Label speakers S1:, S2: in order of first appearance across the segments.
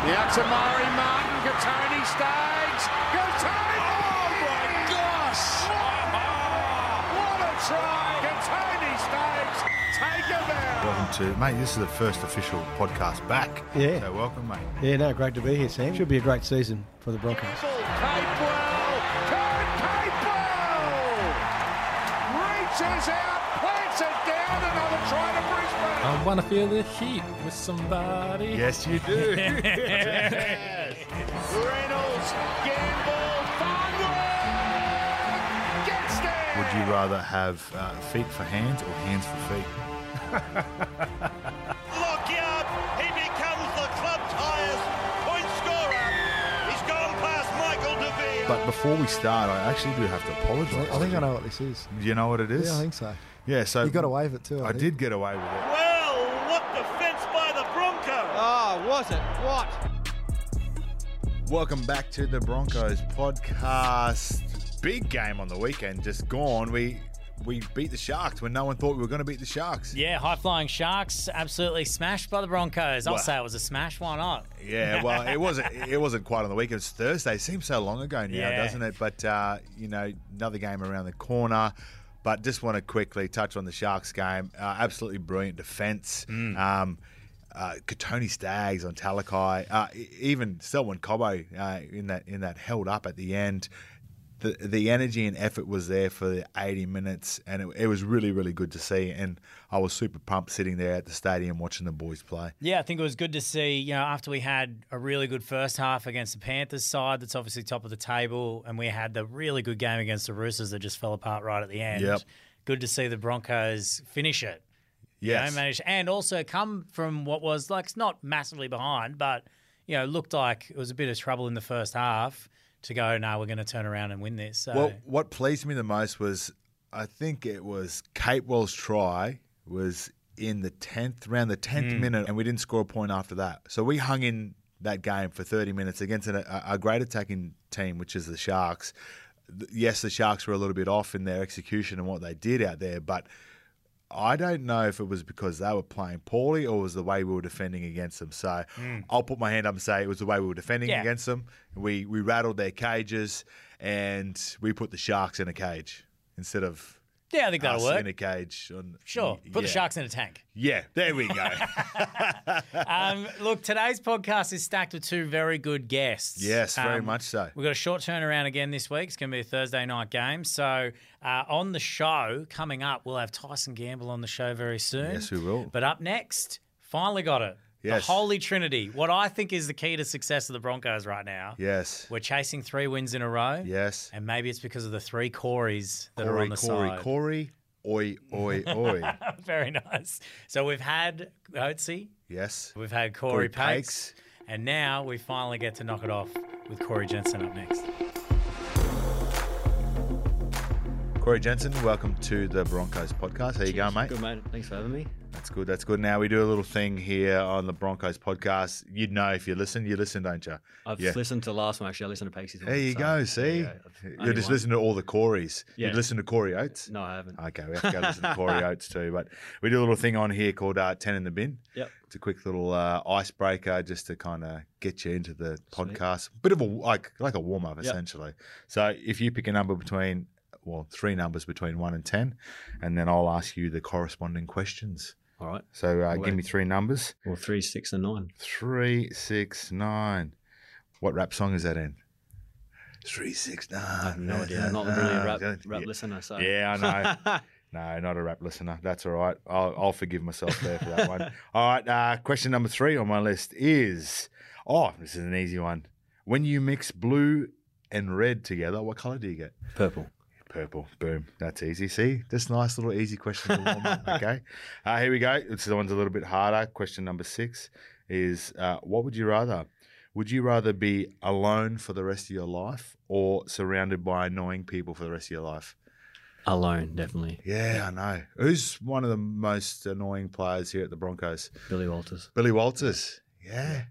S1: Tamari Martin, Gatoni Stags. Gatoni!
S2: Oh my gosh!
S1: What a try! Gatoni Stags, take him out.
S3: Welcome to, mate, this is the first official podcast back.
S4: Yeah.
S3: So welcome, mate.
S4: Yeah, no, great to be here, Sam. Should be a great season for the Broncos.
S1: Capewell, Kurt Capewell reaches out, plants it down, another try to Brisbane.
S5: I wanna feel the heat with somebody.
S3: Yes, you do.
S1: Reynolds, Gamble, Farnworth gets there.
S3: Would you rather have uh, feet for hands or hands for feet?
S6: Lockyard, he becomes the club's highest point scorer. He's gone past Michael DeVere.
S3: But before we start, I actually do have to apologise.
S4: I think I know what this is.
S3: Do you know what it is?
S4: Yeah, I think so.
S3: Yeah, so.
S4: You got away with it too.
S3: I,
S4: I, think.
S3: did get away with it.
S6: well, what defence by the Broncos.
S7: Oh, was it? What?
S3: Welcome back to the Broncos podcast. Big game on the weekend, just gone. We we beat the Sharks when no one thought we were going to beat the Sharks.
S8: Yeah, high flying sharks, absolutely smashed by the Broncos. I'll
S3: Wow.
S8: say it was a smash. Why not?
S3: Yeah, well, it wasn't it wasn't quite on the weekend. It was Thursday. It seems so long ago now,
S8: Yeah.
S3: doesn't it? But uh, you know, another game around the corner. But just want to quickly touch on the Sharks game. Uh, absolutely brilliant defence. Um, uh, Katoni Staggs on Talakai, uh, e- even Selwyn Cobbo uh, in that in that held up at the end. The, the energy and effort was there for the 80 minutes, and it, it was really, really good to see. And I was super pumped sitting there at the stadium watching the boys play.
S8: Yeah, I think it was good to see, you know, after we had a really good first half against the Panthers side, that's obviously top of the table, and we had the really good game against the Roosters that just fell apart right at the end.
S3: Yep.
S8: Good to see the Broncos finish it. you know,
S3: Yes.
S8: manage, and also come from what was like not massively behind, but you know, looked like it was a bit of trouble in the first half to go. No, we're going to turn around and win this. So
S3: Well, what pleased me the most was I think it was Capewell's try was in the tenth round, the tenth minute, and we didn't score a point after that. So we hung in that game for thirty minutes against an, a, a great attacking team, which is the Sharks. Th- Yes, the Sharks were a little bit off in their execution and what they did out there, but I don't know if it was because they were playing poorly or was the way we were defending against them. So I'll put my hand up and say it was the way we were defending
S8: Mm. Yeah.
S3: against them. We we rattled their cages and we put the sharks in a cage instead of
S8: yeah, I think that'll
S3: us
S8: work.
S3: in a cage. On,
S8: Sure. Put the
S3: Yeah.
S8: sharks in a tank.
S3: Yeah, there we go.
S8: Um, look, today's podcast is stacked with two very good guests.
S3: yes, very
S8: Um,
S3: much so.
S8: We've got a short turnaround again this week. It's going to be a Thursday night game. So, uh, on the show coming up, we'll have Tyson Gamble on the show very soon.
S3: Yes, we will.
S8: But up next, finally got it.
S3: Yes.
S8: The Holy Trinity. What I think is the key to success of the Broncos right now.
S3: Yes.
S8: We're chasing three wins in a row.
S3: Yes.
S8: And maybe it's because of the three Corys that are
S3: Corey,
S8: on the
S3: Corey,
S8: side.
S3: Corey. Oi, oi, oi.
S8: Very nice. So we've had Oatsy,
S3: yes.
S8: We've had Corey,
S3: Corey Pakes.
S8: Pakes, and now we finally get to knock it off with Corey Jensen up next.
S3: Corey Jensen, welcome to the Broncos podcast. How you going, mate?
S7: Good, mate. Thanks for having me.
S3: That's good. That's good. Now we do a little thing here on the Broncos podcast. You'd know if you listen. You listen, don't you?
S7: I've
S3: Yeah.
S7: listened to the last one, actually. I listened to Pacey's one.
S3: There you
S7: so-
S3: go. See,
S7: There you
S3: you
S7: go.
S3: are
S7: Only
S3: just
S7: one.
S3: listening to all the Corys.
S7: Yeah.
S3: You listen to Corey Oates.
S7: No, I haven't.
S3: Okay, we have to go listen to Corey Oates too. But we do a little thing on here called uh, Ten in the Bin.
S7: Yep.
S3: It's a quick little uh, icebreaker just to kind of get you into the podcast. Bit of a like like a warm up
S7: Yep.
S3: essentially. So if you pick a number between well three numbers between one and ten, and then I'll ask you the corresponding questions.
S7: All right.
S3: So uh,
S7: Wait.
S3: give me three numbers.
S7: Well, three, six, and nine.
S3: Three six nine. What rap song is that in? Three six nine.
S7: I have no idea. I'm not really a rap, rap
S3: yeah.
S7: listener, so.
S3: Yeah, I know. no, not a rap listener. That's all right. I'll, I'll forgive myself there for that one. All right. Uh, question number three on my list is oh, this is an easy one. When you mix blue and red together, what color do you get?
S7: Purple.
S3: Purple. Boom. That's easy. See, just nice little easy question to warm up. Okay. Uh, here we go. This is the one's a little bit harder. Question number six is uh, what would you rather? Would you rather be alone for the rest of your life or surrounded by annoying people for the rest of your life?
S7: Alone, definitely.
S3: Yeah, I know. Who's one of the most annoying players here at the Broncos?
S7: Billy Walters.
S3: Billy Walters. Yeah.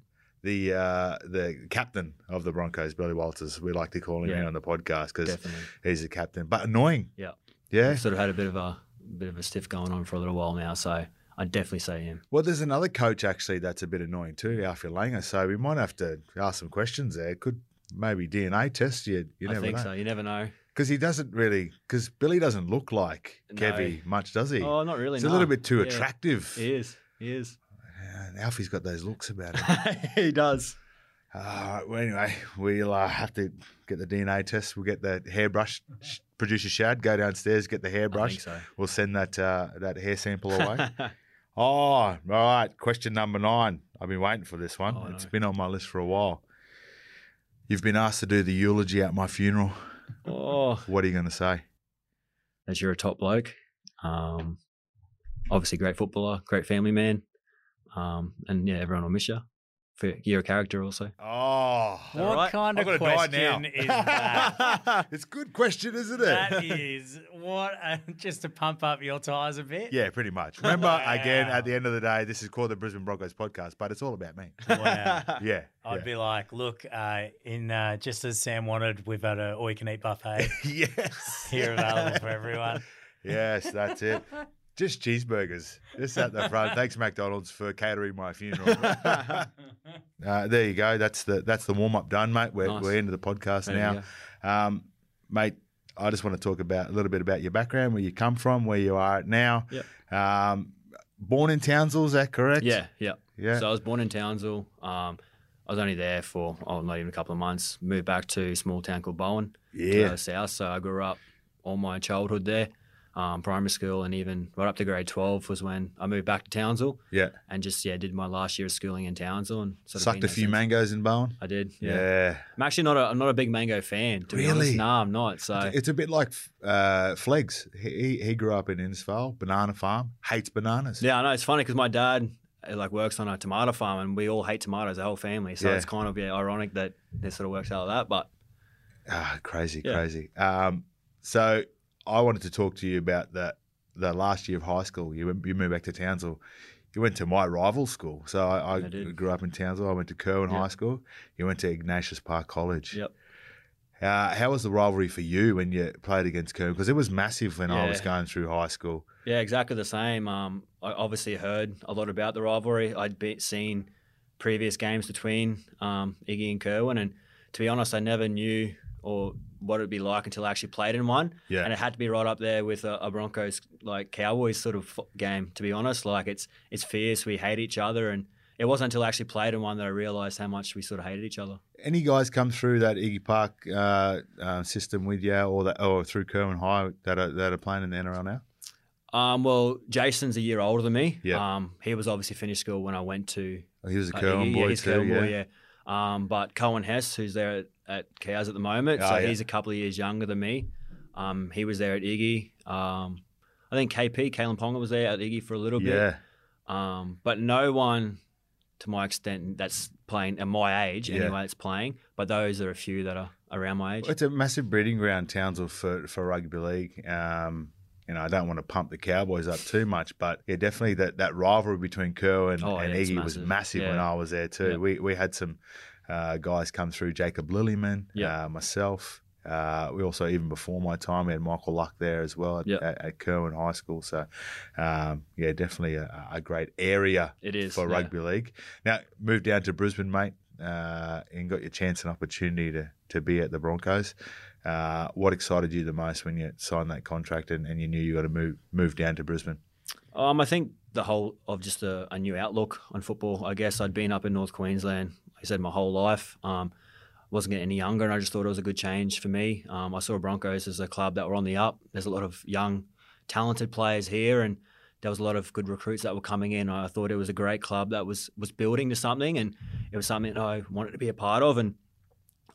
S3: The uh, the captain of the Broncos, Billy Walters. We like to call him
S7: Yeah.
S3: here on the podcast because
S7: Definitely.
S3: he's the captain, but annoying.
S7: Yeah.
S3: Yeah.
S7: I've sort of had a bit of a bit of a stiff going on for a little while now, so I'd definitely say him.
S3: Well, there's another coach actually that's a bit annoying too, Alfie Langer. So we might have to ask some questions there. Could maybe DNA test you? You
S7: I
S3: never
S7: think so.
S3: know.
S7: You never know.
S3: Because he doesn't really. Because Billy doesn't look like
S7: No.
S3: Kevy much, does he?
S7: Oh, not really.
S3: He's a
S7: no.
S3: little bit too
S7: Yeah.
S3: attractive.
S7: He is. He is.
S3: And Alfie's got those looks about him.
S7: he does.
S3: All right. Well, anyway, we'll uh, have to get the DNA test. We'll get the hairbrush. Sh- Producer Shad, go downstairs, get the hairbrush.
S7: so.
S3: We'll send that uh, that hair sample away. oh, all right. Question number nine. I've been waiting for this one.
S7: Oh,
S3: It's
S7: no.
S3: been on my list for a while. You've been asked to do the eulogy at my funeral.
S7: Oh,
S3: What are you going to say?
S7: as you're a top bloke, um, obviously great footballer, great family man, um, and yeah, everyone will miss you. For you're a character also.
S3: Oh,
S8: What kind of question is that?
S3: it's a good question, isn't it?
S8: that is what a, just to pump up your tires a bit.
S3: Yeah, pretty much. Remember, again,
S8: Wow.
S3: at the end of the day, this is called the Brisbane Broncos podcast, but it's all about me.
S8: Wow.
S3: Yeah.
S8: I'd be like, look, uh, in uh, just as Sam wanted, we've had a all you can eat buffet
S3: yeah. yes.
S8: here available for everyone.
S3: Yes, that's it. Just cheeseburgers, just at the front. Thanks, McDonald's, for catering my funeral. uh, there you go. That's the that's the warm up done, mate. We're,
S7: Nice.
S3: we're into the podcast
S7: Ready to
S3: now, um, mate. I just want to talk about a little bit about your background, where you come from, where you are at now.
S7: Yep.
S3: Um, born in Townsville, is that correct?
S7: Yeah, yeah,
S3: Yeah.
S7: So I was born in Townsville. Um, I was only there for oh, not even a couple of months. Moved back to a small town called Bowen, to
S3: Yeah.
S7: the south. So I grew up all my childhood there, um, primary school, and even right up to grade twelve was when I moved back to Townsville
S3: Yeah.
S7: and just yeah did my last year of schooling in Townsville and sort of
S3: Sucked
S7: been
S3: a
S7: there
S3: few
S7: since.
S3: mangoes in Bowen.
S7: I did. Yeah.
S3: Yeah.
S7: I'm actually not a I'm not a big mango fan. To Be
S3: Really?
S7: honest. No, I'm not. So
S3: It's a bit like uh, Flegs. He, he he grew up in Innisfail, banana farm, hates bananas.
S7: yeah, I know it's funny because my dad uh, like works on a tomato farm and we all hate tomatoes, the whole family. So
S3: Yeah.
S7: it's kind of yeah ironic that this sort of works out like that. But
S3: Ah, crazy,
S7: Yeah.
S3: crazy. Um, so I wanted to talk to you about the the last year of high school. You went, you moved back to Townsville. You went to my rival school. So I, I,
S7: I did.
S3: grew up in Townsville. I went to Kerwin
S7: Yeah.
S3: High School. You went to Ignatius Park College.
S7: Yep.
S3: Uh, how was the rivalry for you when you played against Kerwin? Because it was massive when I
S7: Yeah.
S3: was going through high school.
S7: Yeah, exactly the same. Um, I obviously heard a lot about the rivalry. I'd be, seen previous games between um, Iggy and Kerwin, and to be honest, I never knew or what it'd be like until I actually played in one.
S3: Yeah.
S7: and it had to be right up there with a, a Broncos like Cowboys sort of f- game. To be honest, like it's it's fierce. We hate each other, and it wasn't until I actually played in one that I realised how much we sort of hated each other.
S3: Any guys come through that Iggy Park uh, uh, system with you, or that, or through Kerwin High that are, that are playing in the NRL now?
S7: Um, well, Jason's a year older than me.
S3: Yeah.
S7: um, he was obviously finished school when I went to
S3: He was a
S7: Uh,
S3: Kerwin
S7: yeah,
S3: boy
S7: he's
S3: too.
S7: Curran
S3: yeah.
S7: boy, yeah. Um, but Cohen Hess, who's there at, at Cows at the moment,
S3: Oh,
S7: so
S3: yeah.
S7: he's a couple of years younger than me. Um, he was there at Iggy. Um, I think KP, Kalen Ponga, was there at Iggy for a little bit.
S3: Yeah.
S7: Um, but no one, to my extent, that's playing at my age
S3: Yeah.
S7: anyway. It's playing, but those are a few that are around my age.
S3: It's a massive breeding ground, Townsville, for, for rugby league. Um, you know, I don't want to pump the Cowboys up too much, but yeah, definitely that, that rivalry between Kerr and,
S7: Oh,
S3: and
S7: yeah, it's
S3: Iggy was
S7: massive.
S3: massive when
S7: Yeah.
S3: I was there too.
S7: Yep.
S3: We we had some uh, guys come through, Jacob Lillyman,
S7: Yeah.
S3: uh, myself. Uh, we also, even before my time, we had Michael Luck there as well at,
S7: Yep.
S3: at, at Kerwin High School. So, um, yeah, definitely a, a great area
S7: It is,
S3: for
S7: yeah.
S3: rugby league. Now, moved down to Brisbane, mate, uh, and got your chance and opportunity to, to be at the Broncos. Uh, what excited you the most when you signed that contract and, and you knew you got to move move down to Brisbane?
S7: Um, I think the whole of just a, a new outlook on football. I guess I'd been up in North Queensland, like I said, my whole life. Um, wasn't getting any younger, and I just thought it was a good change for me. Um, I saw Broncos as a club that were on the up. There's a lot of young, talented players here, and there was a lot of good recruits that were coming in. I thought it was a great club that was was building to something, and it was something I wanted to be a part of. And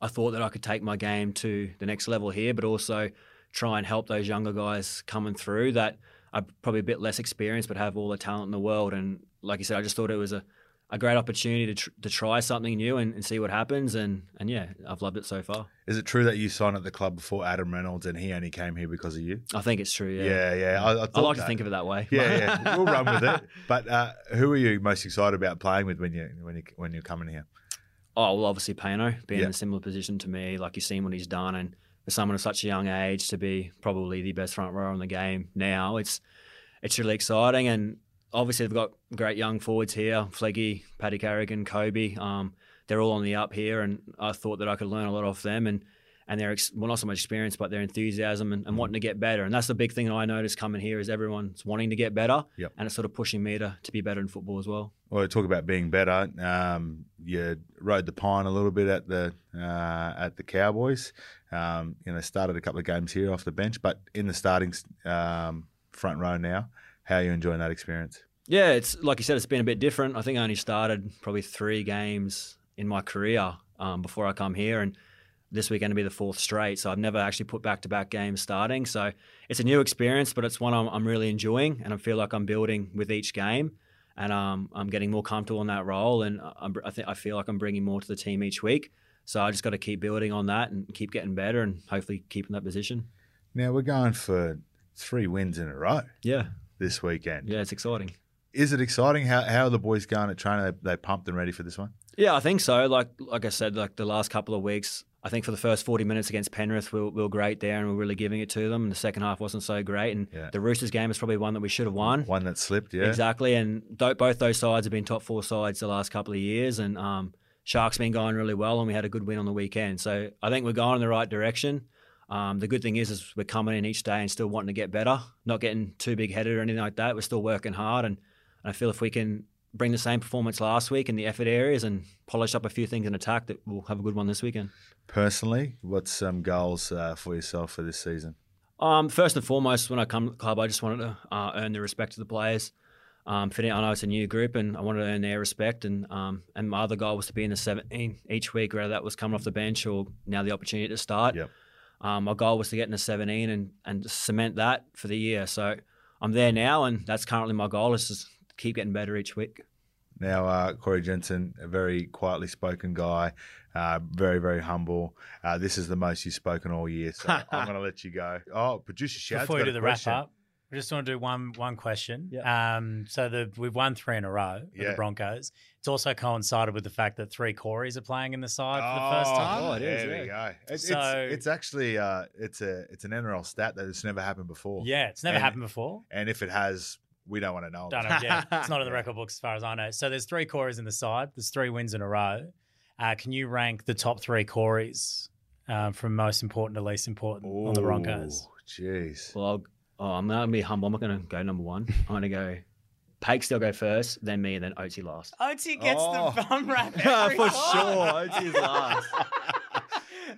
S7: I thought that I could take my game to the next level here, but also try and help those younger guys coming through that are probably a bit less experienced but have all the talent in the world. And like you said, I just thought it was a, a great opportunity to, tr- to try something new and, and see what happens. And, and yeah, I've loved it so far.
S3: Is it true that you signed at the club before Adam Reynolds and he only came here because of you?
S7: I think it's true. Yeah.
S3: Yeah, yeah. I, I,
S7: I
S3: thought
S7: like
S3: that.
S7: to think of it that way.
S3: Yeah, yeah. We'll run with it. But uh, who are you most excited about playing with when you when you when you're coming here?
S7: Oh, well, obviously Pano being
S3: Yeah.
S7: in a similar position to me, like you've seen what he's done, and for someone of such a young age to be probably the best front rower in the game now, it's it's really exciting. And obviously they've got great young forwards here, Fleggy, Paddy Carrigan, Kobe. Um, they're all on the up here, and I thought that I could learn a lot off them and and their ex- well not so much experience, but their enthusiasm and,
S3: Mm.
S7: and wanting to get better. And that's the big thing that I noticed coming here is everyone's wanting to get better,
S3: Yep.
S7: and it's sort of pushing me to to be better in football as well.
S3: Well, we talk about being better. Um, you rode the pine a little bit at the uh, at the Cowboys. Um, you know, started a couple of games here off the bench, but in the starting um, front row now. How are you enjoying that experience?
S7: Yeah, it's like you said, it's been a bit different. I think I only started probably three games in my career um, before I come here, and this weekend to be the fourth straight. So I've never actually put back to back games starting. So it's a new experience, but it's one I'm, I'm really enjoying, and I feel like I'm building with each game, and um, I'm getting more comfortable in that role, and I- I'm, I think I feel like I'm bringing more to the team each week. So I just got to keep building on that and keep getting better, and hopefully keep in that position.
S3: Now we're going for three wins in a row
S7: Yeah,
S3: this weekend.
S7: yeah, it's exciting.
S3: Is it exciting? How, how are the boys going at training? They, they pumped and ready for this one?
S7: Yeah, I think so. Like like I said, like the last couple of weeks, I think for the first forty minutes against Penrith, we were, we were great there and we were really giving it to them. And the second half wasn't so great. And
S3: Yeah.
S7: the Roosters game is probably one that we should have won.
S3: One that slipped, yeah.
S7: Exactly. And th- both those sides have been top four sides the last couple of years. And um, Sharks been going really well, and we had a good win on the weekend. So I think we're going in the right direction. Um, the good thing is, is we're coming in each day and still wanting to get better, not getting too big headed or anything like that. We're still working hard, and, and I feel if we can bring the same performance last week in the effort areas and polish up a few things in attack, that we'll have a good one this weekend.
S3: Personally, what's some goals uh, for yourself for this season?
S7: Um, first and foremost, when I come to the club, I just wanted to uh, earn the respect of the players. Um, fitting, I know it's a new group, and I wanted to earn their respect. And um, and my other goal was to be in the 17 each week, whether that was coming off the bench or now the opportunity to start.
S3: Yep.
S7: Um, my goal was to get in the 17 and and cement that for the year. So I'm there now, and that's currently my goal is just keep getting better each week.
S3: Now, uh, Corey Jensen, a very quietly spoken guy, uh, very, very humble. Uh, this is the most you've spoken all year, so I'm going to let you go. Oh, producer Shad's
S8: Before we
S3: got
S8: do
S3: a
S8: the
S3: question.
S8: wrap up, we just want to do one one question.
S7: Yeah.
S8: Um, so the we've won three in a row with
S3: Yeah.
S8: the Broncos. It's also coincided with the fact that three Corys are playing in the side for the
S3: Oh,
S8: first time.
S7: Oh, it is,
S3: there
S7: yeah.
S3: we go. It's,
S8: So-
S3: it's, it's actually uh, it's a it's an NRL stat that it's never happened before.
S8: Yeah, it's never
S3: And-
S8: happened before.
S3: And if it has, we don't want to know.
S8: Don't know. Yeah, it's not in the record books as far as I know. So there's three Corys in the side. There's three wins in a row. Uh, can you rank the top three Corys um, from most important to least important on the Broncos?
S3: Ooh, Jeez.
S7: Well, I'll, oh, I'm not gonna be humble. I'm not gonna go number one. I'm gonna go. Pakes, they'll go first, then me, and then Oatsy last.
S8: Oatsy
S3: gets the Oh.
S8: bum rap
S7: For sure, Oatsy's
S3: uh,
S7: last.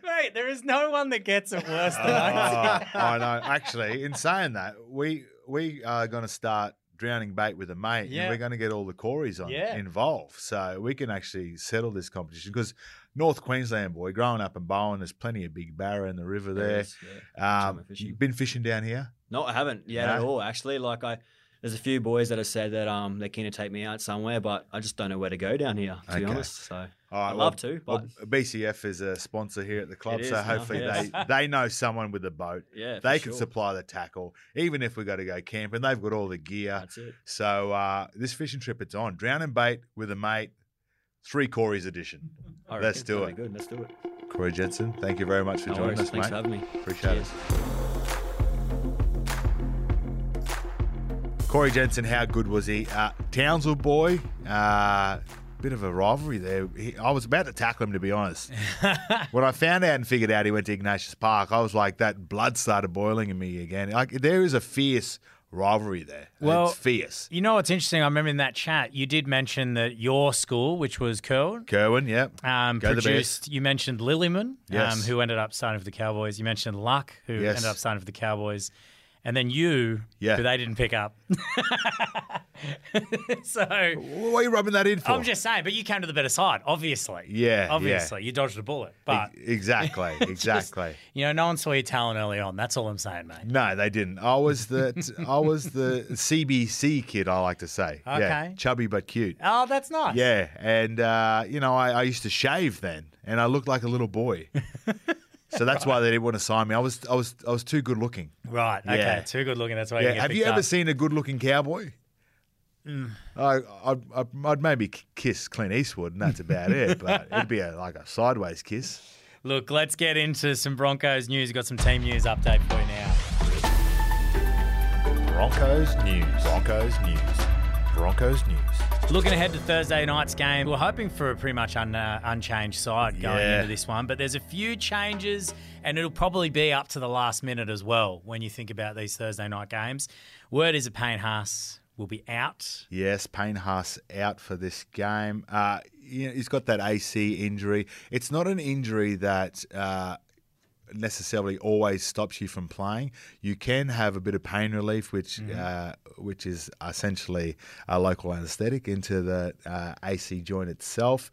S8: Mate, there is no one that gets it worse
S3: Oh, I know. Actually, in saying that, we we are going to start drowning bait with a mate,
S8: Yeah.
S3: and we're going to get all the Corys on
S8: Yeah.
S3: involved, so we can actually settle this competition. Because North Queensland boy, growing up in Bowen, there's plenty of big barra in the river there.
S7: Yes, yeah.
S3: Um,
S7: of fishing.
S3: you've been fishing down here.
S7: No, I haven't yet at
S3: No?
S7: all. Actually, like I, there's a few boys that have said that um they're keen to take me out somewhere, but I just don't know where to go down here to
S3: Okay.
S7: be honest. So
S3: All right,
S7: I'd
S3: well,
S7: love to,
S3: well,
S7: but
S3: BCF is a sponsor here at the club,
S7: It
S3: so
S7: is now,
S3: hopefully
S7: yes.
S3: they, they know someone with a boat.
S7: yeah, for
S3: they can
S7: sure.
S3: supply the tackle, even if we got to go camping. They've got all the gear.
S7: That's it.
S3: So uh, this fishing trip, it's on. Drown and bait with a mate, three Corey's edition.
S7: I
S3: Let's
S7: reckon.
S3: do
S7: That'd
S3: it.
S7: be Good. Let's do it.
S3: Corey Jensen, thank you very much for
S7: No
S3: joining us,
S7: worries. Thanks for
S3: mate.
S7: having me.
S3: Appreciate
S7: Cheers.
S3: it. Corey Jensen, how good was he? Uh, Townsville boy, uh, bit of a rivalry there. He, I was about to tackle him, to be honest. when I found out and figured out he went to Ignatius Park, I was like, that blood started boiling in me again. Like there is a fierce rivalry there.
S8: Well-
S3: it's fierce.
S8: You know what's interesting? I remember in that chat, you did mention that your school, which was Curl,
S3: Kerwin, yep.
S8: um,
S3: Go the Bears.
S8: produced. You mentioned Lilliman, um,
S3: Yes.
S8: who ended up signing for the Cowboys. You mentioned Luck, who
S3: Yes.
S8: ended up signing for the Cowboys, and then you,
S3: Yeah.
S8: who they didn't pick up. so
S3: What are you rubbing that in for?
S8: I'm just saying, but you came to the better side, obviously.
S3: Yeah, yeah.
S8: obviously, you dodged a bullet, but
S3: E- exactly, exactly.
S8: you know, no one saw your talent early on. That's all I'm saying, mate.
S3: No, they didn't. I was the I was the CBC kid. I like to say, yeah,
S8: Okay.
S3: chubby but cute.
S8: Oh, that's nice.
S3: Yeah, and uh, you know I, I used to shave then, and I looked like a little boy. So that's why they didn't want to sign me. I was I was I was too good looking.
S8: Right. Okay.
S3: Yeah.
S8: Too good looking. That's why.
S3: Yeah,
S8: you get
S3: have you
S8: picked
S3: ever
S8: up.
S3: seen a good looking cowboy?
S8: Mm.
S3: I, I'd, I'd- I'd maybe k- kiss Clint Eastwood, and that's about it. But it'd be a, like a sideways kiss.
S8: Look, let's get into some Broncos news. We've got some team news update for you now.
S3: Broncos news. Broncos news. Broncos news.
S8: Looking ahead to Thursday night's game, we're hoping for a pretty much un, uh, unchanged side going
S3: Yeah.
S8: into this one, but there's a few changes, and it'll probably be up to the last minute as well when you think about these Thursday night games. Word is that Payne Haas will be out.
S3: Yes, Payne Haas out for this game. Uh, you know, he's got that AC injury. It's not an injury that uh, necessarily always stops you from playing. You can have a bit of pain relief, which uh, which is essentially a local anaesthetic into the uh, AC joint itself.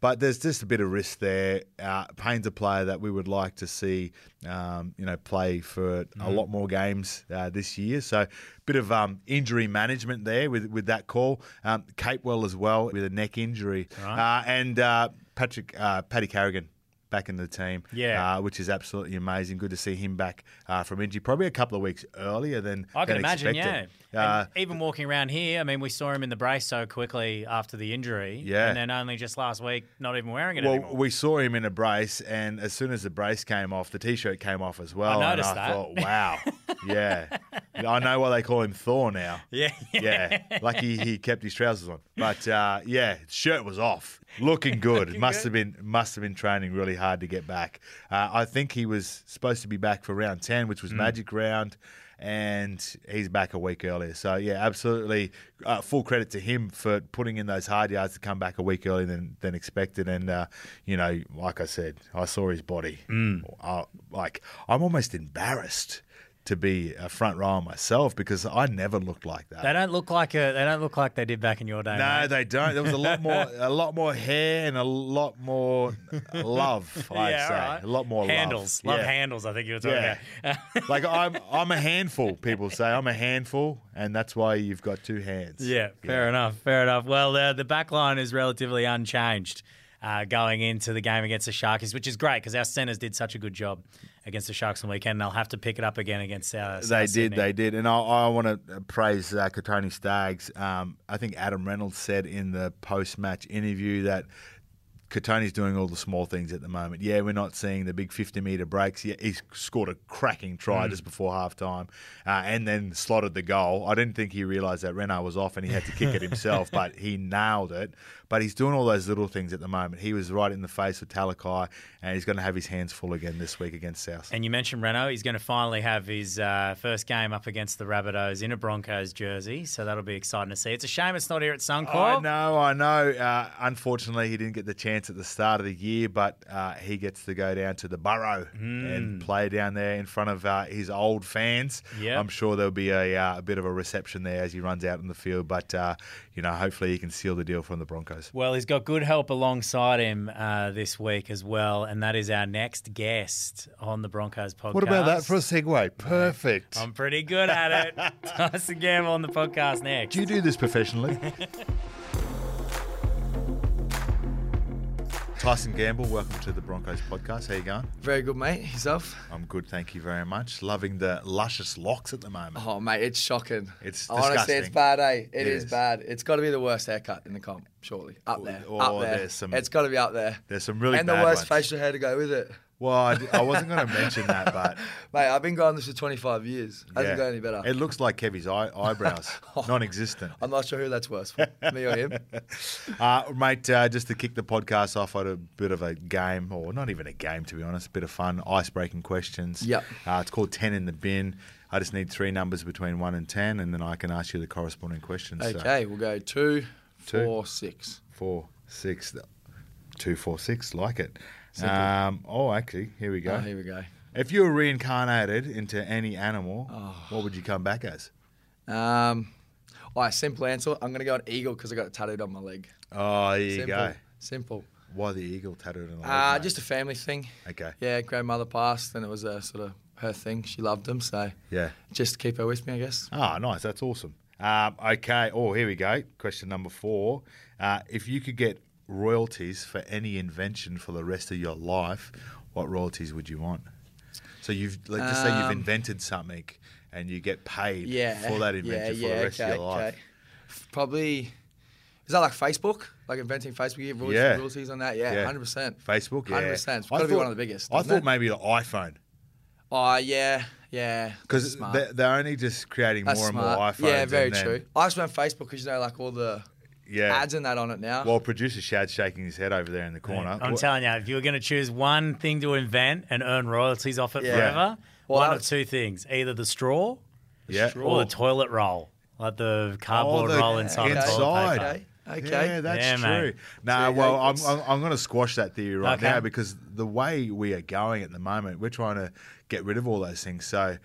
S3: But there's just a bit of risk there. Uh, Payne's a player that we would like to see, um, you know, play for a lot more games uh, this year. So, bit of um, injury management there with with that call. Um, Capewell as well with a neck injury, uh, and uh, Patrick uh, Paddy Carrigan back in the team
S8: Yeah.
S3: uh, uh, which is absolutely amazing. Good to see him back uh, from injury, probably a couple of weeks earlier than
S8: I can
S3: than
S8: imagine, yeah.
S3: expected. Uh,
S8: And even walking around here, I mean, we saw him in the brace so quickly after the injury,
S3: Yeah.
S8: and then only just last week, not even wearing it
S3: well,
S8: anymore.
S3: we saw him in a brace, and as soon as the brace came off, the t-shirt came off as well.
S8: I
S3: and
S8: noticed
S3: I
S8: that.
S3: thought, wow, yeah, I know why they call him Thor now.
S8: yeah,
S3: Yeah, lucky he kept his trousers on. But uh, yeah, shirt was off, looking good. must have been must have been training really hard to get back. Uh, I think he was supposed to be back for round ten, which was magic round, and he's back a week earlier. So yeah, absolutely uh, full credit to him for putting in those hard yards to come back a week earlier than than expected. And uh, you know, like I said, I saw his body. I, like I'm almost embarrassed. To be a front rower myself because I never looked like that.
S8: they don't look like a, they don't look like they did back in your day.
S3: No,
S8: mate.
S3: they don't. There was a lot more, a lot more hair and a lot more love. I'd
S8: yeah, all
S3: say
S8: right.
S3: a lot more
S8: handles.
S3: Love,
S8: Love,
S3: Yeah.
S8: handles. I think you were talking
S3: Yeah.
S8: about.
S3: like I'm, I'm a handful. People say I'm a handful, and that's why you've got two hands.
S8: Yeah, fair enough. Fair enough. Well, uh, the back line is relatively unchanged uh, going into the game against the Sharkies, which is great because our centres did such a good job against the Sharks on the weekend. They'll have to pick it up again against uh, South
S3: They did,
S8: Sydney.
S3: they did, and I, I want to praise uh, Katoni Staggs. Um, I think Adam Reynolds said in the post-match interview that Katoni's doing all the small things at the moment. Yeah, we're not seeing the big 50 metre breaks. Yeah, he scored a cracking try just before half time uh, and then slotted the goal. I didn't think he realised that Renault was off and he had to kick it himself, but he nailed it. But he's doing all those little things at the moment. He was right in the face with Talakai and he's going to have his hands full again this week against South.
S8: And you mentioned Renault. He's going to finally have his uh, first game up against the Rabbitohs in a Broncos jersey, so that'll be exciting to see. It's a shame it's not here at
S3: I
S8: Suncorp.
S3: know, I know. Uh, unfortunately, he didn't get the chance at the start of the year, but uh, he gets to go down to the Burrow and play down there in front of uh, his old fans.
S8: Hmm. Yep.
S3: I'm sure there'll be a, uh, a bit of a reception there as he runs out in the field, but uh, you know, hopefully he can seal the deal from the Broncos.
S8: Well, he's got good help alongside him uh, this week as well, and that is our next guest on the Broncos podcast.
S3: What about that for a segue? Perfect.
S8: I'm pretty good at it. Tyson Gamble on the podcast next.
S3: do you do this professionally? Tyson Gamble, welcome to the Broncos podcast. How you going?
S9: Very good, mate. Yourself?
S3: I'm good, thank you very much. Loving the luscious locks at the moment.
S9: Oh, mate, it's shocking.
S3: It's
S9: honestly,
S3: disgusting.
S9: it's bad, eh?
S3: It
S9: it is.
S3: is.
S9: bad. It's got to be the worst haircut in the comp, surely. Up there,
S3: Oh,
S9: up there.
S3: there's some-
S9: It's got to be up there.
S3: There's some really
S9: and
S3: bad
S9: the worst
S3: ones.
S9: facial hair to go with it,
S3: Well, I, I wasn't going to mention that, but
S9: mate. I've been going this for 25 years. Hasn't
S3: yeah.
S9: got any better. Oh.
S3: It looks like Kevy's eye, eyebrows, non-existent.
S9: I'm not sure who that's worse for, me or him.
S3: Uh, mate, uh, just to kick the podcast off, I had a bit of a game, or not even a game, to be honest, a bit of fun, ice-breaking questions.
S9: Yep.
S3: Uh, it's called 10 in the bin. I just need three numbers between 1 and 10, and then I can ask you the corresponding questions. So,
S9: Okay, we'll go two,
S3: Two.
S9: four, six.
S3: four, six. th- Two, four, six. Like it. Um, oh, actually, here we go.
S9: Oh, here we Oh. go.
S3: If you were reincarnated into any animal, what would you come back as?
S9: Um, all right, simple answer. I'm gonna go an eagle because I got it tattooed on my leg.
S3: Oh, there you
S9: simple.
S3: go.
S9: Simple.
S3: Why the eagle tattooed on the leg?
S9: Uh,
S3: mate?
S9: just a family thing.
S3: okay.
S9: Yeah, grandmother passed, and it was a sort of her thing. She loved him, so
S3: Yeah.
S9: just to keep her with me, I guess.
S3: Ah, nice. That's awesome. Um, okay. Oh, here we go. Question number four. Uh, if you could get royalties for any invention for the rest of your life, what royalties would you want? So you've like just say you've
S9: Um,
S3: invented something and you get paid
S9: Yeah,
S3: for that invention for the rest of your life.
S9: F- Probably is that like Facebook, like inventing Facebook? You get royalties,
S3: Yeah.
S9: royalties on that, yeah,
S3: Yeah.
S9: hundred percent.
S3: Facebook, yeah.
S9: hundred percent. It's
S3: I
S9: got to be
S3: thought-
S9: one of the biggest.
S3: I
S9: doesn't
S3: thought
S9: it?
S3: maybe the iPhone.
S9: Oh yeah, yeah.
S3: Because
S9: smart.
S3: they're, they're only just creating
S9: That's
S3: more and more
S9: smart.
S3: iPhones.
S9: Yeah, very
S3: and then-
S9: true. I just went Facebook because you know, like all the
S3: Yeah.
S9: ads and that on it now.
S3: Well, producer Shad's shaking his head over there in the corner.
S8: I'm
S3: Wha-
S8: telling you, if you were going to choose one thing to invent and earn royalties off it
S9: Yeah.
S8: forever,
S9: Well,
S8: one
S9: that
S8: of
S9: was-
S8: two things: either the straw
S3: yeah.
S8: or the toilet roll, like the cardboard
S3: the-
S8: roll inside, the toilet
S3: inside.
S8: paper.
S9: okay, okay.
S3: Yeah, that's
S8: Yeah,
S3: true.
S8: mate.
S3: Nah,
S9: So,
S3: well,
S9: yeah,
S3: I'm,
S9: it's-
S3: I'm, I'm going to squash that theory right
S8: Okay.
S3: now because the way we are going at the moment, we're trying to get rid of all those things. So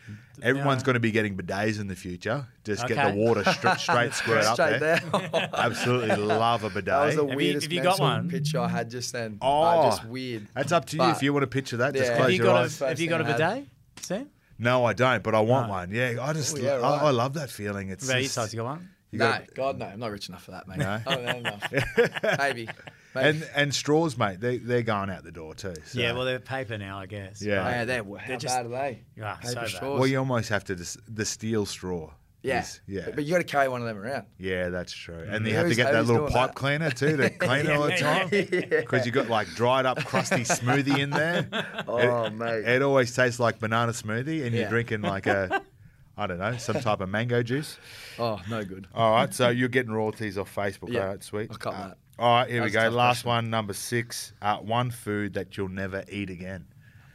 S3: everyone's going to be getting bidets in the future. Just get the
S8: Okay.
S3: water stra- straight squared up
S9: Straight
S3: there.
S9: there.
S3: Absolutely love a bidet.
S9: That was the
S8: you-
S9: weirdest
S8: have you got
S9: mental
S8: one?
S9: picture I had just then.
S3: Oh,
S9: Uh, just weird.
S3: That's up to you
S9: But-
S3: if you want to picture that.
S9: Yeah.
S3: Just
S9: Have
S3: close
S8: Have you
S3: your
S8: got
S3: eyes.
S8: a, have you got a
S9: First thing I
S8: bidet, Sam?
S3: No, I don't, but I want one. Yeah, I just,
S9: Oh, yeah,
S3: I, I
S9: right.
S3: love that feeling. It's
S8: What about you,
S3: just-
S8: Tyson? You got one?
S3: you
S9: no,
S3: gotta-
S9: God, no. I'm not rich enough for that, mate.
S3: No?
S9: I don't know enough. Maybe. Maybe.
S3: and and straws, mate. They they're going out the door too. So.
S8: Yeah, well, they're paper now, I guess.
S3: yeah.
S9: Oh, yeah, they're, how
S8: just-
S9: bad are they?
S8: Yeah,
S9: Paper
S8: so bad.
S9: straws.
S3: Well, you almost have to dis- the steel straw.
S9: yeah.
S3: is- yeah,
S9: But, but you got to carry one of them around.
S3: yeah. That's true. And you
S9: Yeah,
S3: have to
S9: who's-
S3: get that
S9: who's
S3: little
S9: doing
S3: pipe
S9: that?
S3: cleaner too to clean it all the time because you got like dried up crusty smoothie in there.
S9: Oh,
S3: it,
S9: mate.
S3: it always tastes like banana smoothie, and you're
S9: Yeah.
S3: drinking like a. I don't know, some type of mango juice.
S9: Oh, no good.
S3: All right, so you're getting royalties off Facebook.
S9: Yeah,
S3: All right, sweet.
S9: I'll cut
S3: Uh,
S9: that.
S3: All right, here
S9: That
S3: we
S9: was a
S3: go.
S9: tough
S3: Last
S9: question.
S3: one, number six. Uh, one food that you'll never eat again.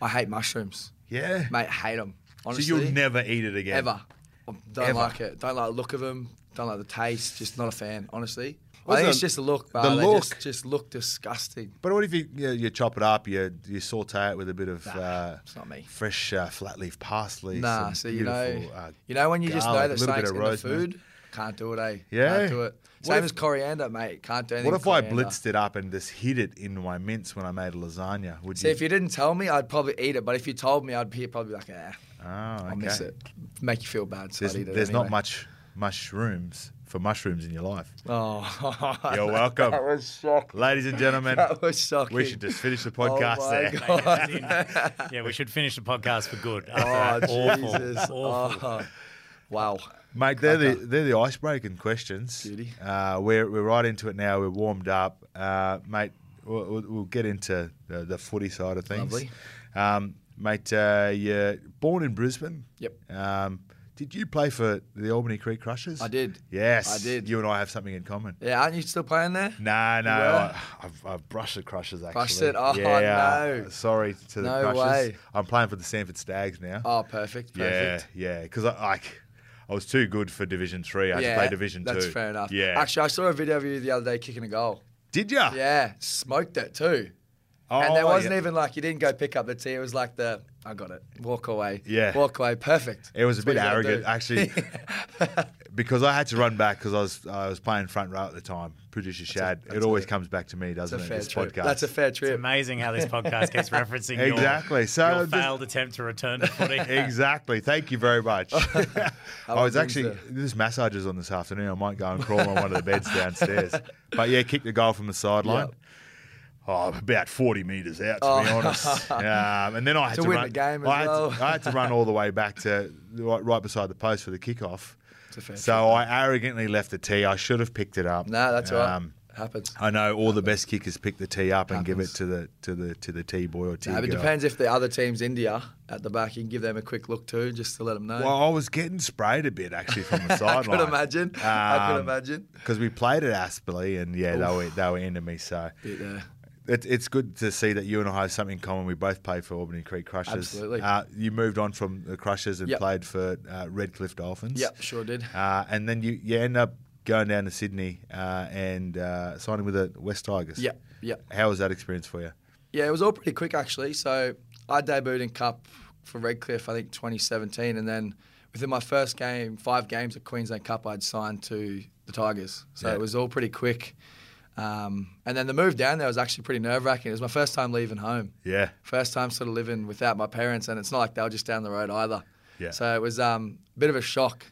S9: I hate mushrooms.
S3: Yeah.
S9: Mate, hate them.
S3: so
S9: Honestly.
S3: you'll never eat it again.
S9: Ever. I Don't
S3: Ever.
S9: like it. Don't like the look of them. Don't like the taste. Just not a fan, honestly.
S3: What's
S9: I think
S3: the-
S9: it's just the look, but
S3: the
S9: they
S3: look?
S9: Just, just look disgusting.
S3: But what if you you, you chop it up, you you saute it with a bit of uh,
S9: it's not me.
S3: fresh uh, flat leaf parsley?
S9: Nah,
S3: some
S9: so you know,
S3: beautiful, uh,
S9: you know when you just know
S3: garlic,
S9: that
S3: little bit
S9: something's
S3: of
S9: in the
S3: rosemary.
S9: food. Can't do it, eh?
S3: Yeah.
S9: Can't do it.
S3: What
S9: Same
S3: if-
S9: as coriander, mate. Can't do anything.
S3: what if I
S9: with coriander.
S3: blitzed it up and just hid it in my mince when I made a lasagna? Would
S9: See,
S3: you?
S9: if you didn't tell me, I'd probably eat it. But if you told me, I'd be probably like, ah,
S3: oh, okay.
S9: I'll miss it. Make you feel bad. So
S3: There's,
S9: I'd eat it
S3: there's
S9: anyway.
S3: not much mushrooms for mushrooms in your life.
S9: Oh,
S3: You're welcome.
S9: that was shocking.
S3: Ladies and gentlemen,
S9: That was shocking.
S3: we should just finish the podcast
S9: oh my
S3: there.
S9: God.
S8: Yeah, we should finish the podcast for good.
S9: Oh,
S8: After that awful,
S9: Jesus.
S8: awful.
S9: Oh. Wow.
S3: Mate, they're the, they're the icebreaking questions.
S9: Beauty.
S3: Uh, we're, we're right into it now. We're warmed up. Uh, mate, we'll, we'll- we'll get into the, the footy side of things.
S9: Lovely.
S3: Um, mate, uh, you're born in Brisbane.
S9: Yep.
S3: Um, did you play for the Albany Creek Crushers?
S9: I did.
S3: Yes.
S9: I did.
S3: You and I have something in common.
S9: Yeah, aren't you still playing there?
S3: No, no,
S9: were?
S3: I, I've, I've brushed the Crushers actually.
S9: Brushed it? Oh,
S3: yeah,
S9: no.
S3: Sorry to the
S9: No
S3: Crushers.
S9: way.
S3: I'm playing for the Sanford Stags now.
S9: Oh, perfect. Perfect.
S3: Yeah, yeah. Because I like, I was too good for Division Three. I had to play Division
S9: That's
S3: Two.
S9: fair enough.
S3: Yeah.
S9: Actually, I saw a video of you the other day kicking a goal.
S3: did ya?
S9: Yeah, smoked it too.
S3: Oh,
S9: and there wasn't
S3: yeah.
S9: even like you didn't go pick up the tee. It was like the I got it. Walk away.
S3: Yeah.
S9: Walk away. Perfect.
S3: It was a
S9: That's what
S3: bit
S9: you gotta
S3: arrogant,
S9: do.
S3: actually,
S9: e-
S3: because I had to run back because I was I was playing front row at the time. Producer Shad. it
S9: that's
S3: always
S9: a-
S3: comes back to me, doesn't
S9: That's
S3: it?
S9: a fair
S3: this
S9: trip.
S3: podcast.
S9: That's a fair
S8: It's
S9: trip.
S8: amazing how this podcast keeps referencing your-
S3: Exactly. So
S8: your
S3: just-
S8: failed attempt to return to footy.
S3: Exactly. Thank you very much. I was
S9: was
S3: actually
S9: Windsor?
S3: this massage is on this afternoon. I might go and crawl on one of the beds downstairs. But yeah, kicked the goal from the sideline.
S9: Yep.
S3: Oh, about forty meters out, to be
S9: Oh.
S3: honest. Um, and then I had to,
S9: To win
S3: run.
S9: the game as
S3: I, had
S9: well.
S3: to, I had to run all the way back to right, right beside the post for the kickoff.
S9: It's a fair
S3: So
S9: trip.
S3: I arrogantly left the tee. I should have picked it up.
S9: No, that's all right.
S3: Um,
S9: Happens.
S3: I know all the best kickers pick the tee up and give it
S9: Happens.
S3: to the to the to the tee boy or tee
S9: No, but it
S3: girl.
S9: depends if the other team's India at the back. You can give them a quick look too, just to let them know.
S3: Well, I was getting sprayed a bit actually from the
S9: I
S3: sideline.
S9: could imagine. I
S3: Um,
S9: could imagine.
S3: Because we played at Aspley, and yeah, they were they were into me. So
S9: Bit there.
S3: it, it's good to see that you and I have something in common. We both played for Albany Creek Crushers.
S9: Absolutely.
S3: Uh, you moved on from the Crushers and
S9: Yep.
S3: played for uh, Redcliffe Dolphins.
S9: Yep, sure did.
S3: Uh, and then you you end up going down to Sydney uh, and uh, signing with the West Tigers.
S9: Yep, yep.
S3: How was that experience for you?
S9: Yeah, it was all pretty quick actually. So I debuted in Cup for Redcliffe, I think 2017, and then within my first game, five games at Queensland Cup, I'd signed to the Tigers. So
S3: Yeah.
S9: it was all pretty quick. Um, and then the move down there was actually pretty nerve wracking. It was my first time leaving home.
S3: Yeah.
S9: First time sort of living without my parents, and it's not like they were just down the road either.
S3: Yeah.
S9: So it was um, a bit of a shock.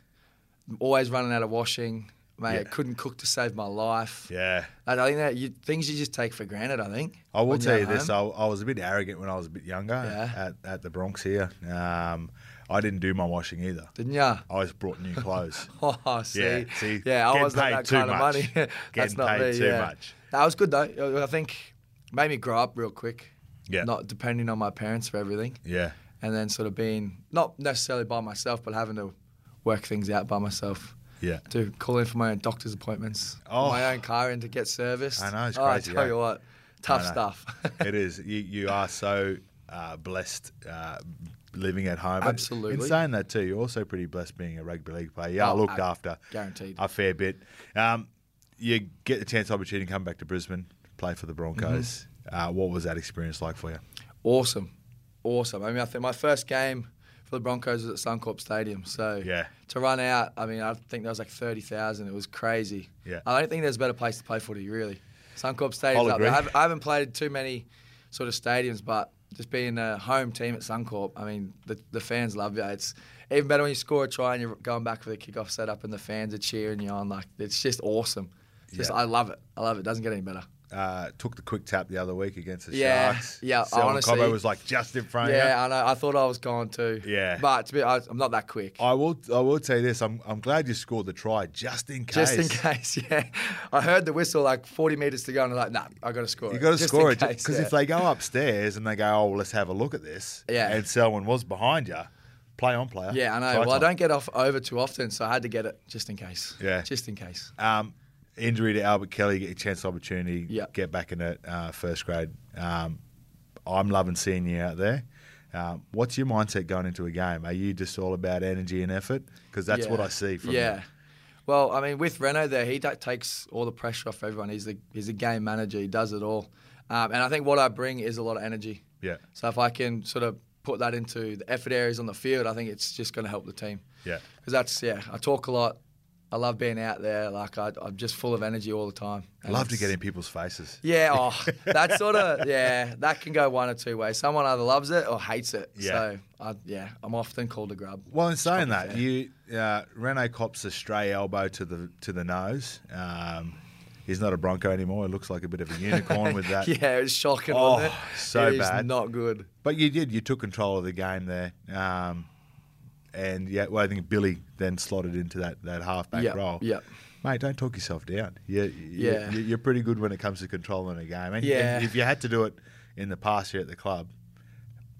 S9: Always running out of washing. Mate,
S3: Yeah.
S9: couldn't cook to save my life.
S3: Yeah.
S9: And I think that you, things you just take for granted. I think.
S3: I will
S9: when
S3: tell
S9: you're
S3: you this: uh,
S9: home.
S3: I, I was a bit arrogant when I was a bit younger
S9: Yeah.
S3: at, at the Bronx here. Um, I didn't do my washing either.
S9: Didn't ya?
S3: I was brought new clothes.
S9: Oh, see,
S3: Yeah,
S9: yeah,
S3: see,
S9: I
S3: getting
S9: wasn't
S3: paid
S9: that
S3: too
S9: kind of
S3: much.
S9: money.
S3: Getting
S9: That's not
S3: paid
S9: me,
S3: too
S9: yeah.
S3: much.
S9: That was good though. I think made me grow up real quick.
S3: Yeah.
S9: Not depending on my parents for everything.
S3: yeah.
S9: and then sort of being not necessarily by myself, but having to work things out by myself.
S3: Yeah.
S9: To call in for my own doctor's appointments,
S3: Oh.
S9: my own car in to get serviced.
S3: I know, it's
S9: Oh,
S3: crazy,
S9: I tell
S3: eh?
S9: you what, tough
S3: I know.
S9: stuff.
S3: it is. You you are so uh, blessed uh, living at home.
S9: Absolutely.
S3: In saying that too, you're also pretty blessed being a rugby league player. You are
S9: Oh,
S3: looked
S9: ab-
S3: after,
S9: guaranteed.
S3: a fair bit. Um, you get the chance, opportunity, to come back to Brisbane, play for the Broncos.
S9: Mm-hmm.
S3: Uh, what was that experience like for you?
S9: Awesome, awesome. I mean, I think my first game for the Broncos was at Suncorp Stadium. So
S3: Yeah.
S9: to run out, I mean, I think there was like thirty thousand. It was crazy.
S3: Yeah.
S9: I don't think there's a better place to play footy, really. Suncorp Stadium's
S3: I'll
S9: up
S3: agree.
S9: there. I haven't, I haven't played too many sort of stadiums, but just being a home team at Suncorp, I mean, the, the fans love you. It's even better when you score a try and you're going back for the kickoff setup and the fans are cheering you on. Like it's just awesome. It's just
S3: Yeah.
S9: I love it. I love it. Doesn't get any better.
S3: Uh, took the quick tap the other week against the
S9: Yeah,
S3: Sharks.
S9: yeah,
S3: Selwyn
S9: honestly-
S3: Cobbo was like just in front of you.
S9: Yeah, I know. I thought I was gone too.
S3: Oh, Yeah. Oh,
S9: But to be, I, I'm not that quick.
S3: I will. I will tell you this. I'm. I'm glad you scored the try, just in case.
S9: Just in case, yeah. I heard the whistle like 40 metres to go, and I'm like, nah, I got to score.
S3: You
S9: it.
S3: got to
S9: Just
S3: score
S9: in
S3: it
S9: case,
S3: because
S9: yeah.
S3: if they go upstairs and they go, "Oh, well, let's have a look at this,"
S9: Yeah.
S3: and Selwyn was behind you, play on player.
S9: Yeah, I know.
S3: Try
S9: well, I
S3: time.
S9: don't get off over too often, so I had to get it just in case.
S3: Yeah.
S9: Just in case.
S3: Um, injury to Albert Kelly, get your chance, opportunity,
S9: Yeah.
S3: get back in it, uh, first grade. Um, I'm loving seeing you out there. Um, what's your mindset going into a game? Are you just all about energy and effort? Because that's what
S9: Yeah.
S3: I see from
S9: Yeah.
S3: you.
S9: Well, I mean, with Reno there, he da- takes all the pressure off everyone. He's the he's a game manager. He does it all, um, and I think what I bring is a lot of energy.
S3: Yeah.
S9: So if I can sort of put that into the effort areas on the field, I think it's just going to help the team.
S3: Yeah.
S9: Because that's yeah, I talk a lot. I love being out there. Like I, I'm just full of energy all the time.
S3: I love to
S9: And
S3: get
S9: it's-
S3: in people's faces.
S9: Yeah, oh, that sort of yeah, that can go one or two ways. Someone either loves it or hates it.
S3: Yeah.
S9: So I, yeah, I'm often called a grub.
S3: Well, in saying that,
S9: fair.
S3: you uh, Renault cops a stray elbow to the to the nose. Um, he's not a Bronco anymore. He looks like a bit of a unicorn with that.
S9: yeah, it's shocking,
S3: Oh,
S9: wasn't it?
S3: so
S9: It is
S3: bad.
S9: not good.
S3: But you did. You took control of the game there. Um, and yeah, well, I think Billy then slotted into that that halfback
S9: Yeah,
S3: role.
S9: yeah.
S3: Mate, don't talk yourself down. You, you,
S9: Yeah.
S3: you- You're pretty good when it comes to controlling a game. And,
S9: Yeah.
S3: and if you had to do it in the past here at the club,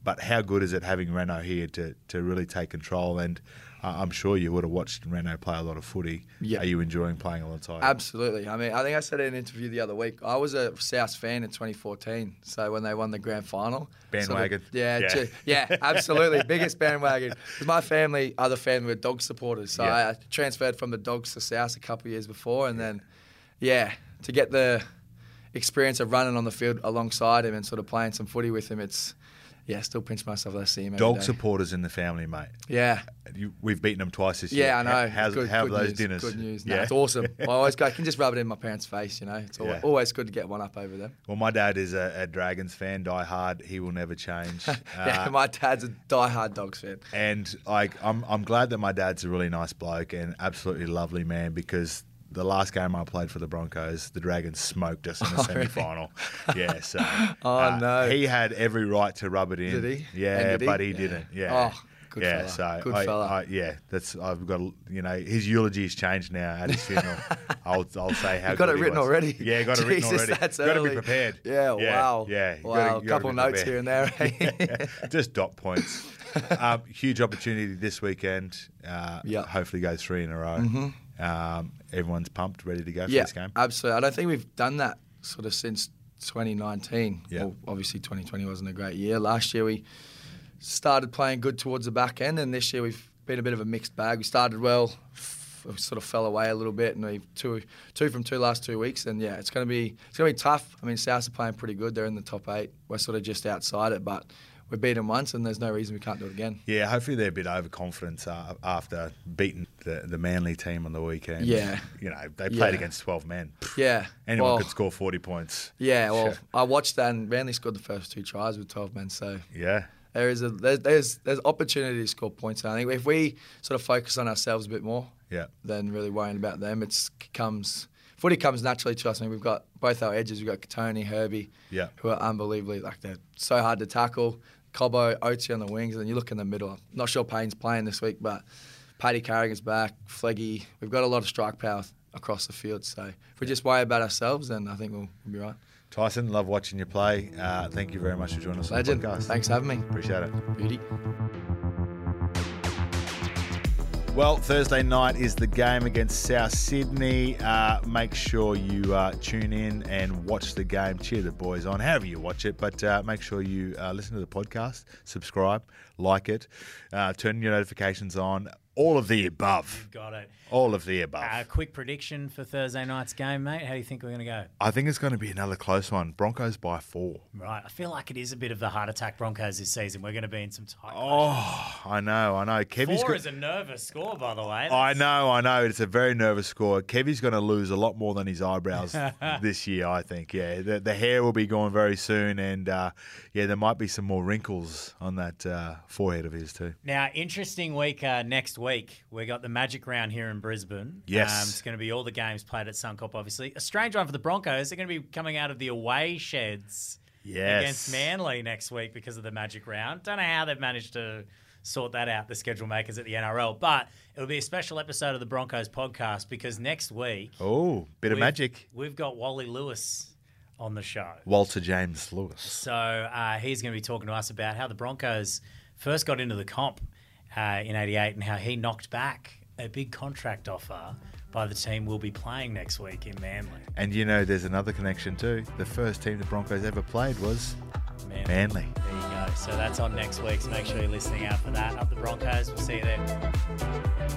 S3: but how good is it having Renault here to, to really take control? And uh, I'm sure you would have watched Renault play a lot of footy.
S9: Yeah.
S3: Are you enjoying playing alongside? him?
S9: Absolutely. I mean, I think I said in an interview the other week. I was a South fan in 2014. So when they won the grand final, sort of-
S3: Bandwagon.
S9: yeah,
S3: Yeah.
S9: yeah, yeah, absolutely, biggest bandwagon. 'Cause my family, other family, were dog supporters. So
S3: Yeah.
S9: I I transferred from the dogs to South a couple of years before, and then, yeah, to get the experience of running on the field alongside him and sort of playing some footy with him, it's. Yeah, I still pinch myself. when I see him. every
S3: Dog
S9: day.
S3: supporters in the family, mate.
S9: Yeah,
S3: You, we've beaten them twice this year.
S9: yeah, I know.
S3: How, how's-
S9: Good-
S3: how have
S9: good
S3: those
S9: news,
S3: dinners?
S9: Good news. No, it's awesome. I always go, I can just rub it in my parents' face, you know. It's always,
S3: Yeah.
S9: always good to get one up over them.
S3: Well, my dad is a, a Dragons fan, die hard. He will never change.
S9: yeah,
S3: Uh,
S9: my dad's a diehard Dogs fan.
S3: and like, I'm I'm glad that my dad's a really nice bloke and absolutely lovely man because the last game I played for the Broncos, the Dragons smoked us in the semi final. Yeah, so uh,
S9: Oh, no.
S3: he had every right to rub it in.
S9: Did he?
S3: Yeah,
S9: And did he?
S3: but he
S9: Yeah.
S3: didn't. Yeah.
S9: Oh, good
S3: yeah,
S9: fella.
S3: so
S9: Good
S3: I-
S9: fella.
S3: I- yeah, that's I've got a- you know his eulogy's changed now at his funeral. I'll I'll say how
S9: You got
S3: good
S9: it
S3: he
S9: written
S3: was.
S9: already.
S3: Yeah, got it written
S9: Jesus,
S3: already.
S9: That's
S3: got to
S9: early.
S3: be prepared.
S9: Yeah, wow.
S3: Yeah, you
S9: wow.
S3: gotta- you gotta
S9: a couple
S3: be
S9: notes
S3: prepared.
S9: here and there. eh?
S3: just dot points. um, huge opportunity this weekend. Uh,
S9: Yeah. Mm-hmm.
S3: Hopefully go three in a row. Um, everyone's pumped, ready to go for
S9: yeah,
S3: this game.
S9: absolutely. I don't think we've done that sort of since 2019.
S3: Yeah.
S9: Well, obviously 2020 wasn't a great year. Last year we started playing good towards the back end, and this year we've been a bit of a mixed bag. We started well, f- we sort of fell away a little bit, and we've two two from two last two weeks, and yeah, it's gonna be it's gonna be tough. I mean, South are playing pretty good. They're in the top eight. We're sort of just outside it, but. We beat them once, and there's no reason we can't do it again.
S3: Yeah, hopefully they're a bit overconfident uh, after beating the, the Manly team on the weekend.
S9: Yeah.
S3: You know, they played
S9: Yeah.
S3: against 12 men.
S9: Yeah.
S3: Anyone
S9: well,
S3: could score 40 points.
S9: Yeah, well,
S3: Sure.
S9: I watched that, and Manly scored the first two tries with 12 men, so
S3: Yeah.
S9: there is a there's there's, there's opportunity to score points. And I think if we sort of focus on ourselves a bit more,
S3: Yeah.
S9: than really worrying about them, it's comes footy comes naturally to us. I mean, we've got both our edges. We've got Tony Herbie,
S3: Yeah.
S9: who are unbelievably like they're so hard to tackle. Cobo, Oti on the wings, and you look in the middle. I'm not sure Payne's playing this week, but Paddy Carrigan's back, Fleggy. We've got a lot of strike power across the field, so if we just worry about ourselves, then I think we'll, we'll be right.
S3: Tyson, love watching you play. Uh, thank you very much for joining us
S9: Legend.
S3: on the podcast.
S9: Thanks for having me.
S3: Appreciate it.
S9: Beauty.
S3: Well, Thursday night is the game against South Sydney. Uh, make sure you uh, tune in and watch the game, cheer the boys on, however you watch it. But uh, make sure you uh, listen to the podcast, subscribe, like it, uh, turn your notifications on. All of the above.
S8: Got it.
S3: All of the above.
S8: Uh, quick prediction for Thursday night's game, mate. How do you think we're going to go?
S3: I think it's going to be another close one. Broncos by four.
S8: Right. I feel like it is a bit of the heart attack Broncos this season. We're going to be in some tight.
S3: Oh, I know, I know. Kevy's
S8: Four
S3: got-
S8: is a nervous score, by the way.
S3: I know, I know. It's a very nervous score. Kevy's going to lose a lot more than his eyebrows this year, I think. Yeah, the, the hair will be gone very soon, and uh, yeah, there might be some more wrinkles on that uh, forehead of his too.
S8: Now, interesting week uh, next week. We got the magic round here in Brisbane. Um,
S3: Yes.
S8: it's going to be all the games played at Suncorp. Obviously, a strange one for the Broncos. They're going to be coming out of the away sheds
S3: Yes.
S8: against Manly next week because of the magic round. Don't know how they've managed to sort that out. The schedule makers at the NRL, but it'll be a special episode of the Broncos podcast because next week
S3: Oh, bit of
S8: we've-
S3: magic.
S8: We've got Wally Lewis on the show.
S3: Walter James Lewis.
S8: So uh, he's going to be talking to us about how the Broncos first got into the comp uh, in '88 and how he knocked back a big contract offer by the team we'll be playing next week in Manly.
S3: And you know, there's another connection too. The first team the Broncos ever played was
S8: Manly.
S3: Manly.
S8: There you go. So that's on next week. So make sure you're listening out for that. Up the Broncos. We'll see you there.